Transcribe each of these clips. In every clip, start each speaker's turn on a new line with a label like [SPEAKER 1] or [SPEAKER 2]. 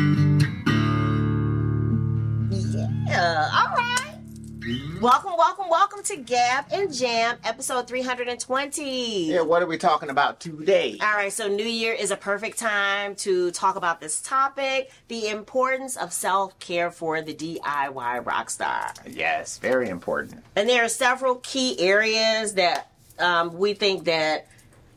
[SPEAKER 1] Mm-hmm.
[SPEAKER 2] Welcome to Gap and Jam, episode 320.
[SPEAKER 1] Yeah, what are we talking about today?
[SPEAKER 2] All right, so New Year is a perfect time to talk about this topic the importance of self care for the DIY rock star.
[SPEAKER 1] Yes, very important.
[SPEAKER 2] And there are several key areas that um, we think that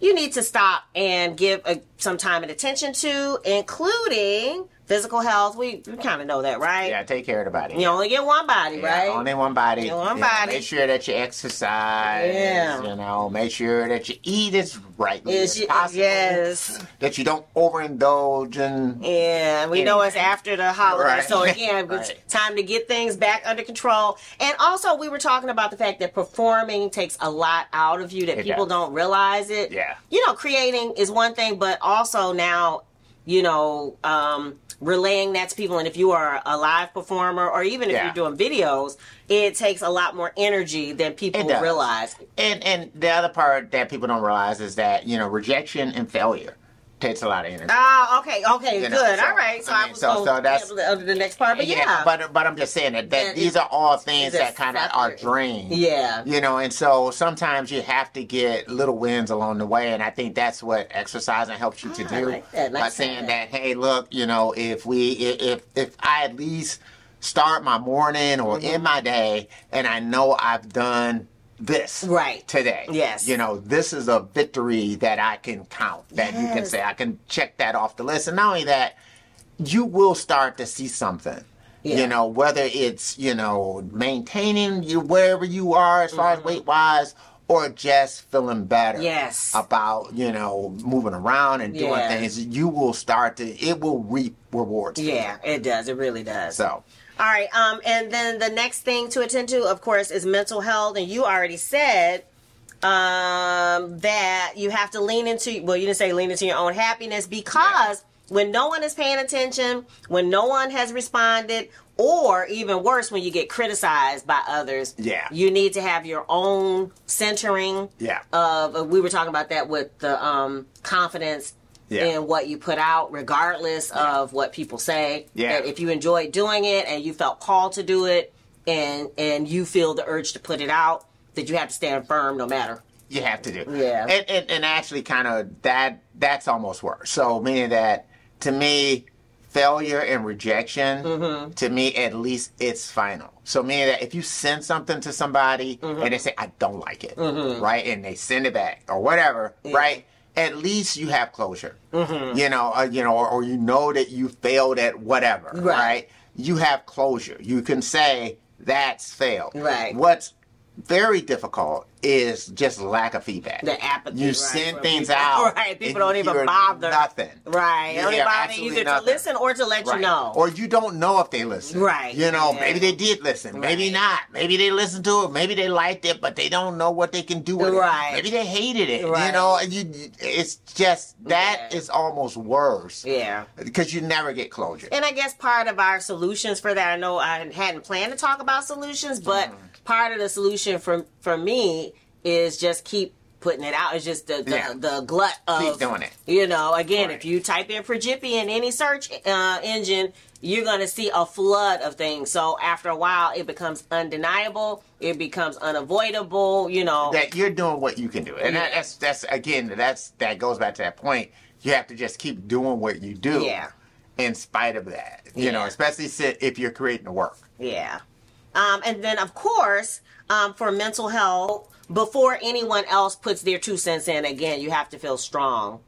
[SPEAKER 2] you need to stop and give a, some time and attention to, including physical health. We, we kind of know that, right?
[SPEAKER 1] Yeah, take care of the body.
[SPEAKER 2] You only get one body,
[SPEAKER 1] Yeah,
[SPEAKER 2] right?
[SPEAKER 1] Only one body.
[SPEAKER 2] Only one body.
[SPEAKER 1] Make sure that you exercise.
[SPEAKER 2] Yeah.
[SPEAKER 1] You know, make sure that you eat as rightly
[SPEAKER 2] Is
[SPEAKER 1] as
[SPEAKER 2] you-
[SPEAKER 1] possible.
[SPEAKER 2] yes.
[SPEAKER 1] That you don't overindulge in.
[SPEAKER 2] Yeah, and we know it's
[SPEAKER 1] Anyway.
[SPEAKER 2] after the holiday,
[SPEAKER 1] Right.
[SPEAKER 2] so again, it's
[SPEAKER 1] Right.
[SPEAKER 2] time to get things back under control. And also, we were talking about the fact that performing takes a lot out of you that
[SPEAKER 1] It
[SPEAKER 2] people
[SPEAKER 1] does.
[SPEAKER 2] don't realize it.
[SPEAKER 1] Yeah.
[SPEAKER 2] you know, creating is one thing, but also now, you know, um, relaying that to people. And if you are a live performer, or even if
[SPEAKER 1] Yeah.
[SPEAKER 2] you're doing videos, it takes a lot more energy than people
[SPEAKER 1] It does.
[SPEAKER 2] realize.
[SPEAKER 1] And and the other part that people don't realize is that you know rejection and failure takes a lot of energy.
[SPEAKER 2] Oh, okay, okay,
[SPEAKER 1] You
[SPEAKER 2] good,
[SPEAKER 1] know, so,
[SPEAKER 2] all right. So I,
[SPEAKER 1] I mean,
[SPEAKER 2] was
[SPEAKER 1] so-
[SPEAKER 2] going
[SPEAKER 1] so
[SPEAKER 2] to
[SPEAKER 1] that's-
[SPEAKER 2] the, the next part, but Oh, yeah,
[SPEAKER 1] but but I'm just saying that,
[SPEAKER 2] Yeah,
[SPEAKER 1] that these are all things
[SPEAKER 2] it's a
[SPEAKER 1] that kind of are
[SPEAKER 2] factor.
[SPEAKER 1] drained.
[SPEAKER 2] yeah.
[SPEAKER 1] You know, and so sometimes you have to get little wins along the way, and I think that's what exercising helps you to
[SPEAKER 2] Ah, I
[SPEAKER 1] do
[SPEAKER 2] like that. Nice
[SPEAKER 1] by saying that, hey, look, you know, if we, i- if if I at least start my morning or
[SPEAKER 2] Mm-hmm.
[SPEAKER 1] end my day, and I know I've done this
[SPEAKER 2] Right.
[SPEAKER 1] today,
[SPEAKER 2] Yes.
[SPEAKER 1] you know, this is a victory that I can count, that you can
[SPEAKER 2] Yes.
[SPEAKER 1] say I can check that off the list, and not only that, you will start to see something.
[SPEAKER 2] Yeah.
[SPEAKER 1] You know, whether it's, you know, maintaining you wherever you are as far as weight wise or just feeling better.
[SPEAKER 2] Mm-hmm. Yes.
[SPEAKER 1] About, you know, moving around and doing
[SPEAKER 2] Yeah.
[SPEAKER 1] things, you will start to it will reap rewards. for you.
[SPEAKER 2] Yeah, it does. It really does.
[SPEAKER 1] So
[SPEAKER 2] All right. Um, and then the next thing to attend to, of course, is mental health. And you already said um, that you have to lean into, well, you didn't say lean into your own happiness because when no one is paying attention, when no one has responded, or even worse, when you get criticized by others,
[SPEAKER 1] Yeah.
[SPEAKER 2] you need to have your own centering
[SPEAKER 1] Yeah.
[SPEAKER 2] of, uh, we were talking about that with the um, confidence
[SPEAKER 1] Yeah.
[SPEAKER 2] in what you put out, regardless of what people say.
[SPEAKER 1] Yeah.
[SPEAKER 2] That if you enjoyed doing it and you felt called to do it and and you feel the urge to put it out, that you have to stand firm no matter.
[SPEAKER 1] you have to do.
[SPEAKER 2] Yeah.
[SPEAKER 1] And and, and actually kind of that that's almost worse. So meaning that to me failure and rejection
[SPEAKER 2] Mm-hmm.
[SPEAKER 1] to me at least it's final. So meaning that if you send something to somebody
[SPEAKER 2] Mm-hmm.
[SPEAKER 1] and they say I don't like it, right? And they send it back or whatever, right? At least you have closure.
[SPEAKER 2] Mm-hmm.
[SPEAKER 1] You know, uh, you know or, or you know that you failed at whatever,
[SPEAKER 2] Right.
[SPEAKER 1] right? You have closure. You can say that's failed.
[SPEAKER 2] Right.
[SPEAKER 1] What's very difficult is just lack of feedback.
[SPEAKER 2] The apathy.
[SPEAKER 1] You
[SPEAKER 2] right,
[SPEAKER 1] send
[SPEAKER 2] from
[SPEAKER 1] things
[SPEAKER 2] people.
[SPEAKER 1] out.
[SPEAKER 2] Right. People
[SPEAKER 1] and
[SPEAKER 2] don't
[SPEAKER 1] you
[SPEAKER 2] even
[SPEAKER 1] hear
[SPEAKER 2] bother.
[SPEAKER 1] Nothing.
[SPEAKER 2] Right. They
[SPEAKER 1] You
[SPEAKER 2] don't
[SPEAKER 1] hear
[SPEAKER 2] even bother
[SPEAKER 1] absolutely
[SPEAKER 2] either to
[SPEAKER 1] nothing.
[SPEAKER 2] listen or to let
[SPEAKER 1] Right.
[SPEAKER 2] you know.
[SPEAKER 1] Or you don't know if they listen.
[SPEAKER 2] Right.
[SPEAKER 1] You know,
[SPEAKER 2] Yeah.
[SPEAKER 1] maybe they did listen. Maybe
[SPEAKER 2] Right.
[SPEAKER 1] not. Maybe they listened to it. Maybe they liked it, but they don't know what they can do with
[SPEAKER 2] Right.
[SPEAKER 1] it. Maybe they hated it.
[SPEAKER 2] Right.
[SPEAKER 1] You know, and you, you- it's just that is
[SPEAKER 2] Yeah.
[SPEAKER 1] almost worse
[SPEAKER 2] yeah.
[SPEAKER 1] because you never get closure.
[SPEAKER 2] And I guess part of our solutions for that, I know I hadn't planned to talk about solutions, but
[SPEAKER 1] Mm.
[SPEAKER 2] part of the solution for for me is just keep putting it out. It's just the the,
[SPEAKER 1] Yeah.
[SPEAKER 2] the glut of
[SPEAKER 1] Keep doing it.
[SPEAKER 2] You know, again,
[SPEAKER 1] Right.
[SPEAKER 2] if you type in Progipi in any search uh, engine, you're going to see a flood of things. So after a while, it becomes undeniable. It becomes unavoidable. You know,
[SPEAKER 1] that you're doing what you can do, and that,
[SPEAKER 2] Yeah.
[SPEAKER 1] that's that's again that's that goes back to that point. You have to just keep doing what you do,
[SPEAKER 2] Yeah.
[SPEAKER 1] In spite of that, you know,
[SPEAKER 2] Yeah.
[SPEAKER 1] especially si- if you're creating the work.
[SPEAKER 2] Yeah. Um, and then, of course, um, for mental health, before anyone else puts their two cents in, again, you have to feel strong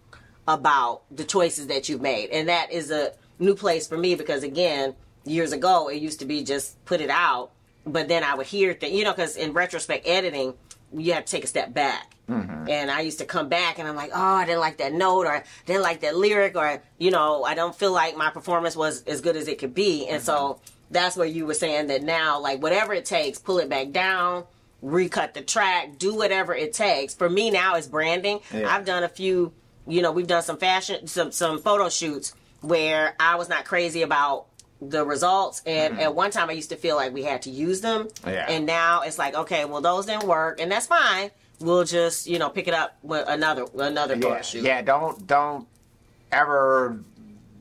[SPEAKER 2] about the choices that you've made. And that is a new place for me because, again, years ago, it used to be just put it out, but then I would hear things, you know, because in retrospect editing, you have to take a step back. And I used to come back and I'm like, oh, I didn't like that note or I didn't like that lyric or, you know, I don't feel like my performance was as good as it could be. And so that's where you were saying that now, like, whatever it takes, pull it back down, recut the track, do whatever it takes. For me now, it's branding.
[SPEAKER 1] Yeah.
[SPEAKER 2] I've done a few, you know, we've done some fashion, some, some photo shoots where I was not crazy about the results. And at one time, I used to feel like we had to use them.
[SPEAKER 1] Mm-hmm. Yeah.
[SPEAKER 2] And now it's like, okay, well, those didn't work, and that's fine. We'll just, you know, pick it up with another another photo
[SPEAKER 1] Yeah,
[SPEAKER 2] shoot.
[SPEAKER 1] yeah. Don't don't ever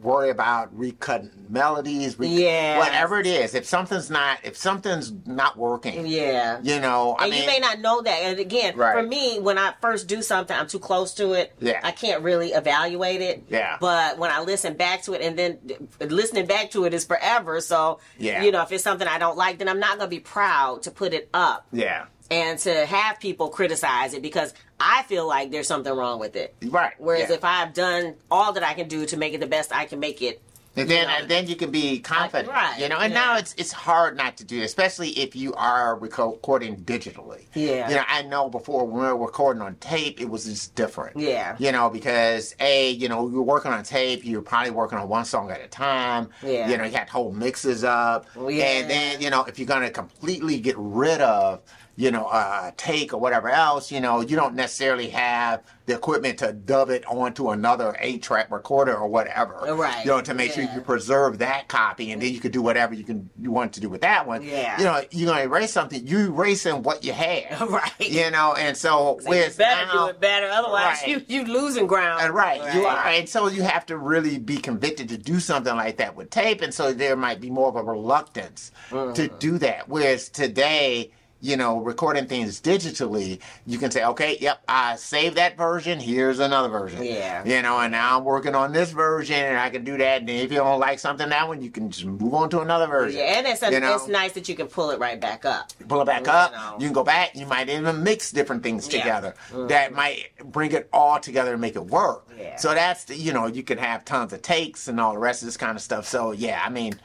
[SPEAKER 1] worry about recutting melodies, rec-
[SPEAKER 2] Yes.
[SPEAKER 1] whatever it is. If something's not, if something's not working,
[SPEAKER 2] Yeah.
[SPEAKER 1] you know, I
[SPEAKER 2] and
[SPEAKER 1] mean,
[SPEAKER 2] you may not know that. And again,
[SPEAKER 1] Right.
[SPEAKER 2] for me, when I first do something, I'm too close to it.
[SPEAKER 1] Yeah.
[SPEAKER 2] I can't really evaluate it.
[SPEAKER 1] Yeah.
[SPEAKER 2] But when I listen back to it, and then listening back to it is forever. So,
[SPEAKER 1] Yeah.
[SPEAKER 2] you know, if it's something I don't like, then I'm not going to be proud to put it up
[SPEAKER 1] yeah,
[SPEAKER 2] and to have people criticize it because I feel like there's something wrong with it.
[SPEAKER 1] right.
[SPEAKER 2] Whereas
[SPEAKER 1] yeah.
[SPEAKER 2] if I've done all that I can do to make it the best I can make it,
[SPEAKER 1] And then,
[SPEAKER 2] you know.
[SPEAKER 1] and then you can be confident,
[SPEAKER 2] right,
[SPEAKER 1] you know. And
[SPEAKER 2] yeah.
[SPEAKER 1] now it's it's hard not to do, especially if you are reco- recording digitally.
[SPEAKER 2] Yeah.
[SPEAKER 1] You know, I know before when we were recording on tape, it was just different.
[SPEAKER 2] Yeah.
[SPEAKER 1] You know, because a, you know, you're working on tape, you're probably working on one song at a time.
[SPEAKER 2] Yeah.
[SPEAKER 1] You know, you had whole mixes up,
[SPEAKER 2] Yeah.
[SPEAKER 1] and then you know, if you're gonna completely get rid of, you know, a take or whatever else, you know, you don't necessarily have the equipment to dub it onto another eight-track recorder or whatever
[SPEAKER 2] Oh, Right.
[SPEAKER 1] you know, to make sure
[SPEAKER 2] Yeah.
[SPEAKER 1] you preserve that copy, and then you can do whatever you can you want to do with that one.
[SPEAKER 2] Yeah.
[SPEAKER 1] you know, you're gonna erase something. You erasing what you had,
[SPEAKER 2] right?
[SPEAKER 1] you know, and so
[SPEAKER 2] So you
[SPEAKER 1] with
[SPEAKER 2] better
[SPEAKER 1] now-
[SPEAKER 2] do it better. Otherwise,
[SPEAKER 1] Right.
[SPEAKER 2] you you losing ground.
[SPEAKER 1] and Uh, right, you are, and so you have to really be convicted to do something like that with tape, and so there might be more of a reluctance to
[SPEAKER 2] Mm.
[SPEAKER 1] do that. Whereas today, you know, recording things digitally, you can say, okay, yep, I saved that version. Here's another version.
[SPEAKER 2] Yeah.
[SPEAKER 1] you know, and now I'm working on this version, and I can do that. And if you don't like something that one, you can just move on to another version.
[SPEAKER 2] Yeah, and it's,
[SPEAKER 1] you know?
[SPEAKER 2] it's nice that you can pull it right back up.
[SPEAKER 1] pull it back
[SPEAKER 2] You
[SPEAKER 1] up.
[SPEAKER 2] know.
[SPEAKER 1] You can go back. You might even mix different things
[SPEAKER 2] Oh, Yeah. Mm-hmm.
[SPEAKER 1] together that might bring it all together and make it work.
[SPEAKER 2] Yeah.
[SPEAKER 1] So that's the, you know you could have tons of takes and all the rest of this kind of stuff. So yeah, I mean,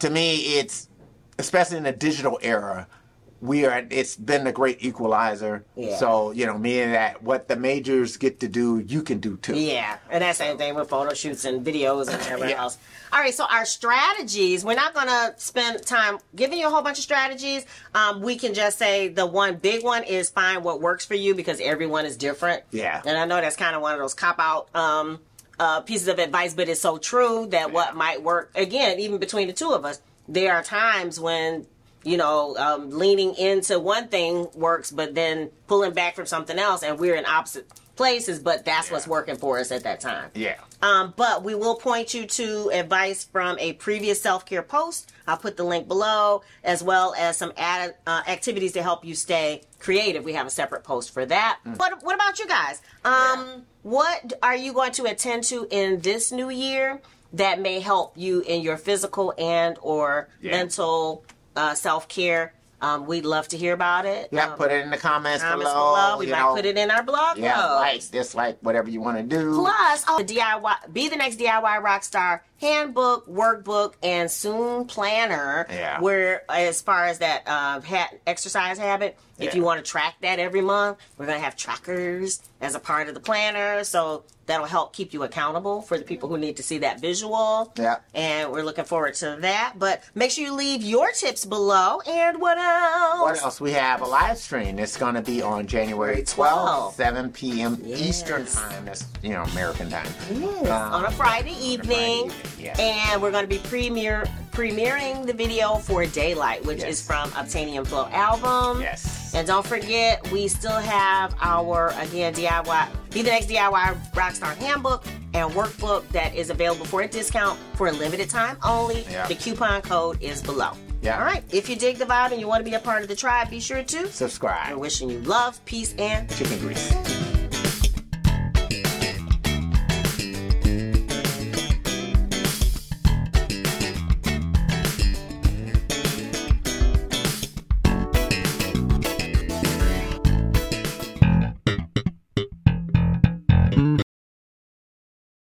[SPEAKER 1] to me, it's especially in the digital era. We are. It's been the great equalizer.
[SPEAKER 2] Yeah.
[SPEAKER 1] So you know, meaning that what the majors get to do, you can do too.
[SPEAKER 2] Yeah, and that same thing with photo shoots and videos and everything
[SPEAKER 1] Yeah.
[SPEAKER 2] else. All right, so our strategies, we're not going to spend time giving you a whole bunch of strategies. Um, we can just say the one big one is find what works for you because everyone is different.
[SPEAKER 1] Yeah.
[SPEAKER 2] And I know that's kind of one of those cop out um, uh, pieces of advice, but it's so true that what might work, again, even between the two of us, there are times when. You know, um, leaning into one thing works, but then pulling back from something else, and we're in opposite places, but that's what's
[SPEAKER 1] Yeah.
[SPEAKER 2] working for us at that time.
[SPEAKER 1] Yeah.
[SPEAKER 2] Um, but we will point you to advice from a previous self care post. I'll put the link below, as well as some added uh, activities to help you stay creative. We have a separate post for that. But what about you guys? Um,
[SPEAKER 1] Mm. Yeah.
[SPEAKER 2] What are you going to attend to in this new year that may help you in your physical and or
[SPEAKER 1] Yeah.
[SPEAKER 2] mental uh, self care? Um, we'd love to hear about it.
[SPEAKER 1] Yeah.
[SPEAKER 2] Um,
[SPEAKER 1] put it in the comments,
[SPEAKER 2] comments
[SPEAKER 1] below.
[SPEAKER 2] below. We
[SPEAKER 1] you
[SPEAKER 2] might
[SPEAKER 1] know.
[SPEAKER 2] put it in our blog
[SPEAKER 1] Yeah.
[SPEAKER 2] post.
[SPEAKER 1] Like, dislike, whatever you want to do.
[SPEAKER 2] Plus, oh, the DIY, be the next DIY rock star handbook, workbook, and soon planner.
[SPEAKER 1] Yeah.
[SPEAKER 2] Where, as far as that uh, ha- exercise habit, if
[SPEAKER 1] Yeah.
[SPEAKER 2] you want to track that every month, we're gonna have trackers as a part of the planner, so that'll help keep you accountable for the people who need to see that visual.
[SPEAKER 1] Yeah.
[SPEAKER 2] And we're looking forward to that. But make sure you leave your tips below. And what else?
[SPEAKER 1] What else? We have a live stream. It's going to be on January 12th, 7 p.m.
[SPEAKER 2] Yes.
[SPEAKER 1] Eastern time. That's, you know, American time.
[SPEAKER 2] Yes,
[SPEAKER 1] Um,
[SPEAKER 2] on a Friday evening.
[SPEAKER 1] evening, yes.
[SPEAKER 2] And we're going to be premier premiering the video for Daylight, which
[SPEAKER 1] Yes.
[SPEAKER 2] is from Obtaining and Flow album.
[SPEAKER 1] Yes.
[SPEAKER 2] And don't forget, we still have our, again, DIY, Be the Next DIY Rockstar Handbook and Workbook that is available for a discount for a limited time only.
[SPEAKER 1] Yeah.
[SPEAKER 2] The coupon code is below.
[SPEAKER 1] Yeah.
[SPEAKER 2] All right. If you dig the vibe and you want to be a part of the tribe, be sure to.
[SPEAKER 1] Subscribe.
[SPEAKER 2] We're wishing you love, peace, and
[SPEAKER 1] Chicken grease.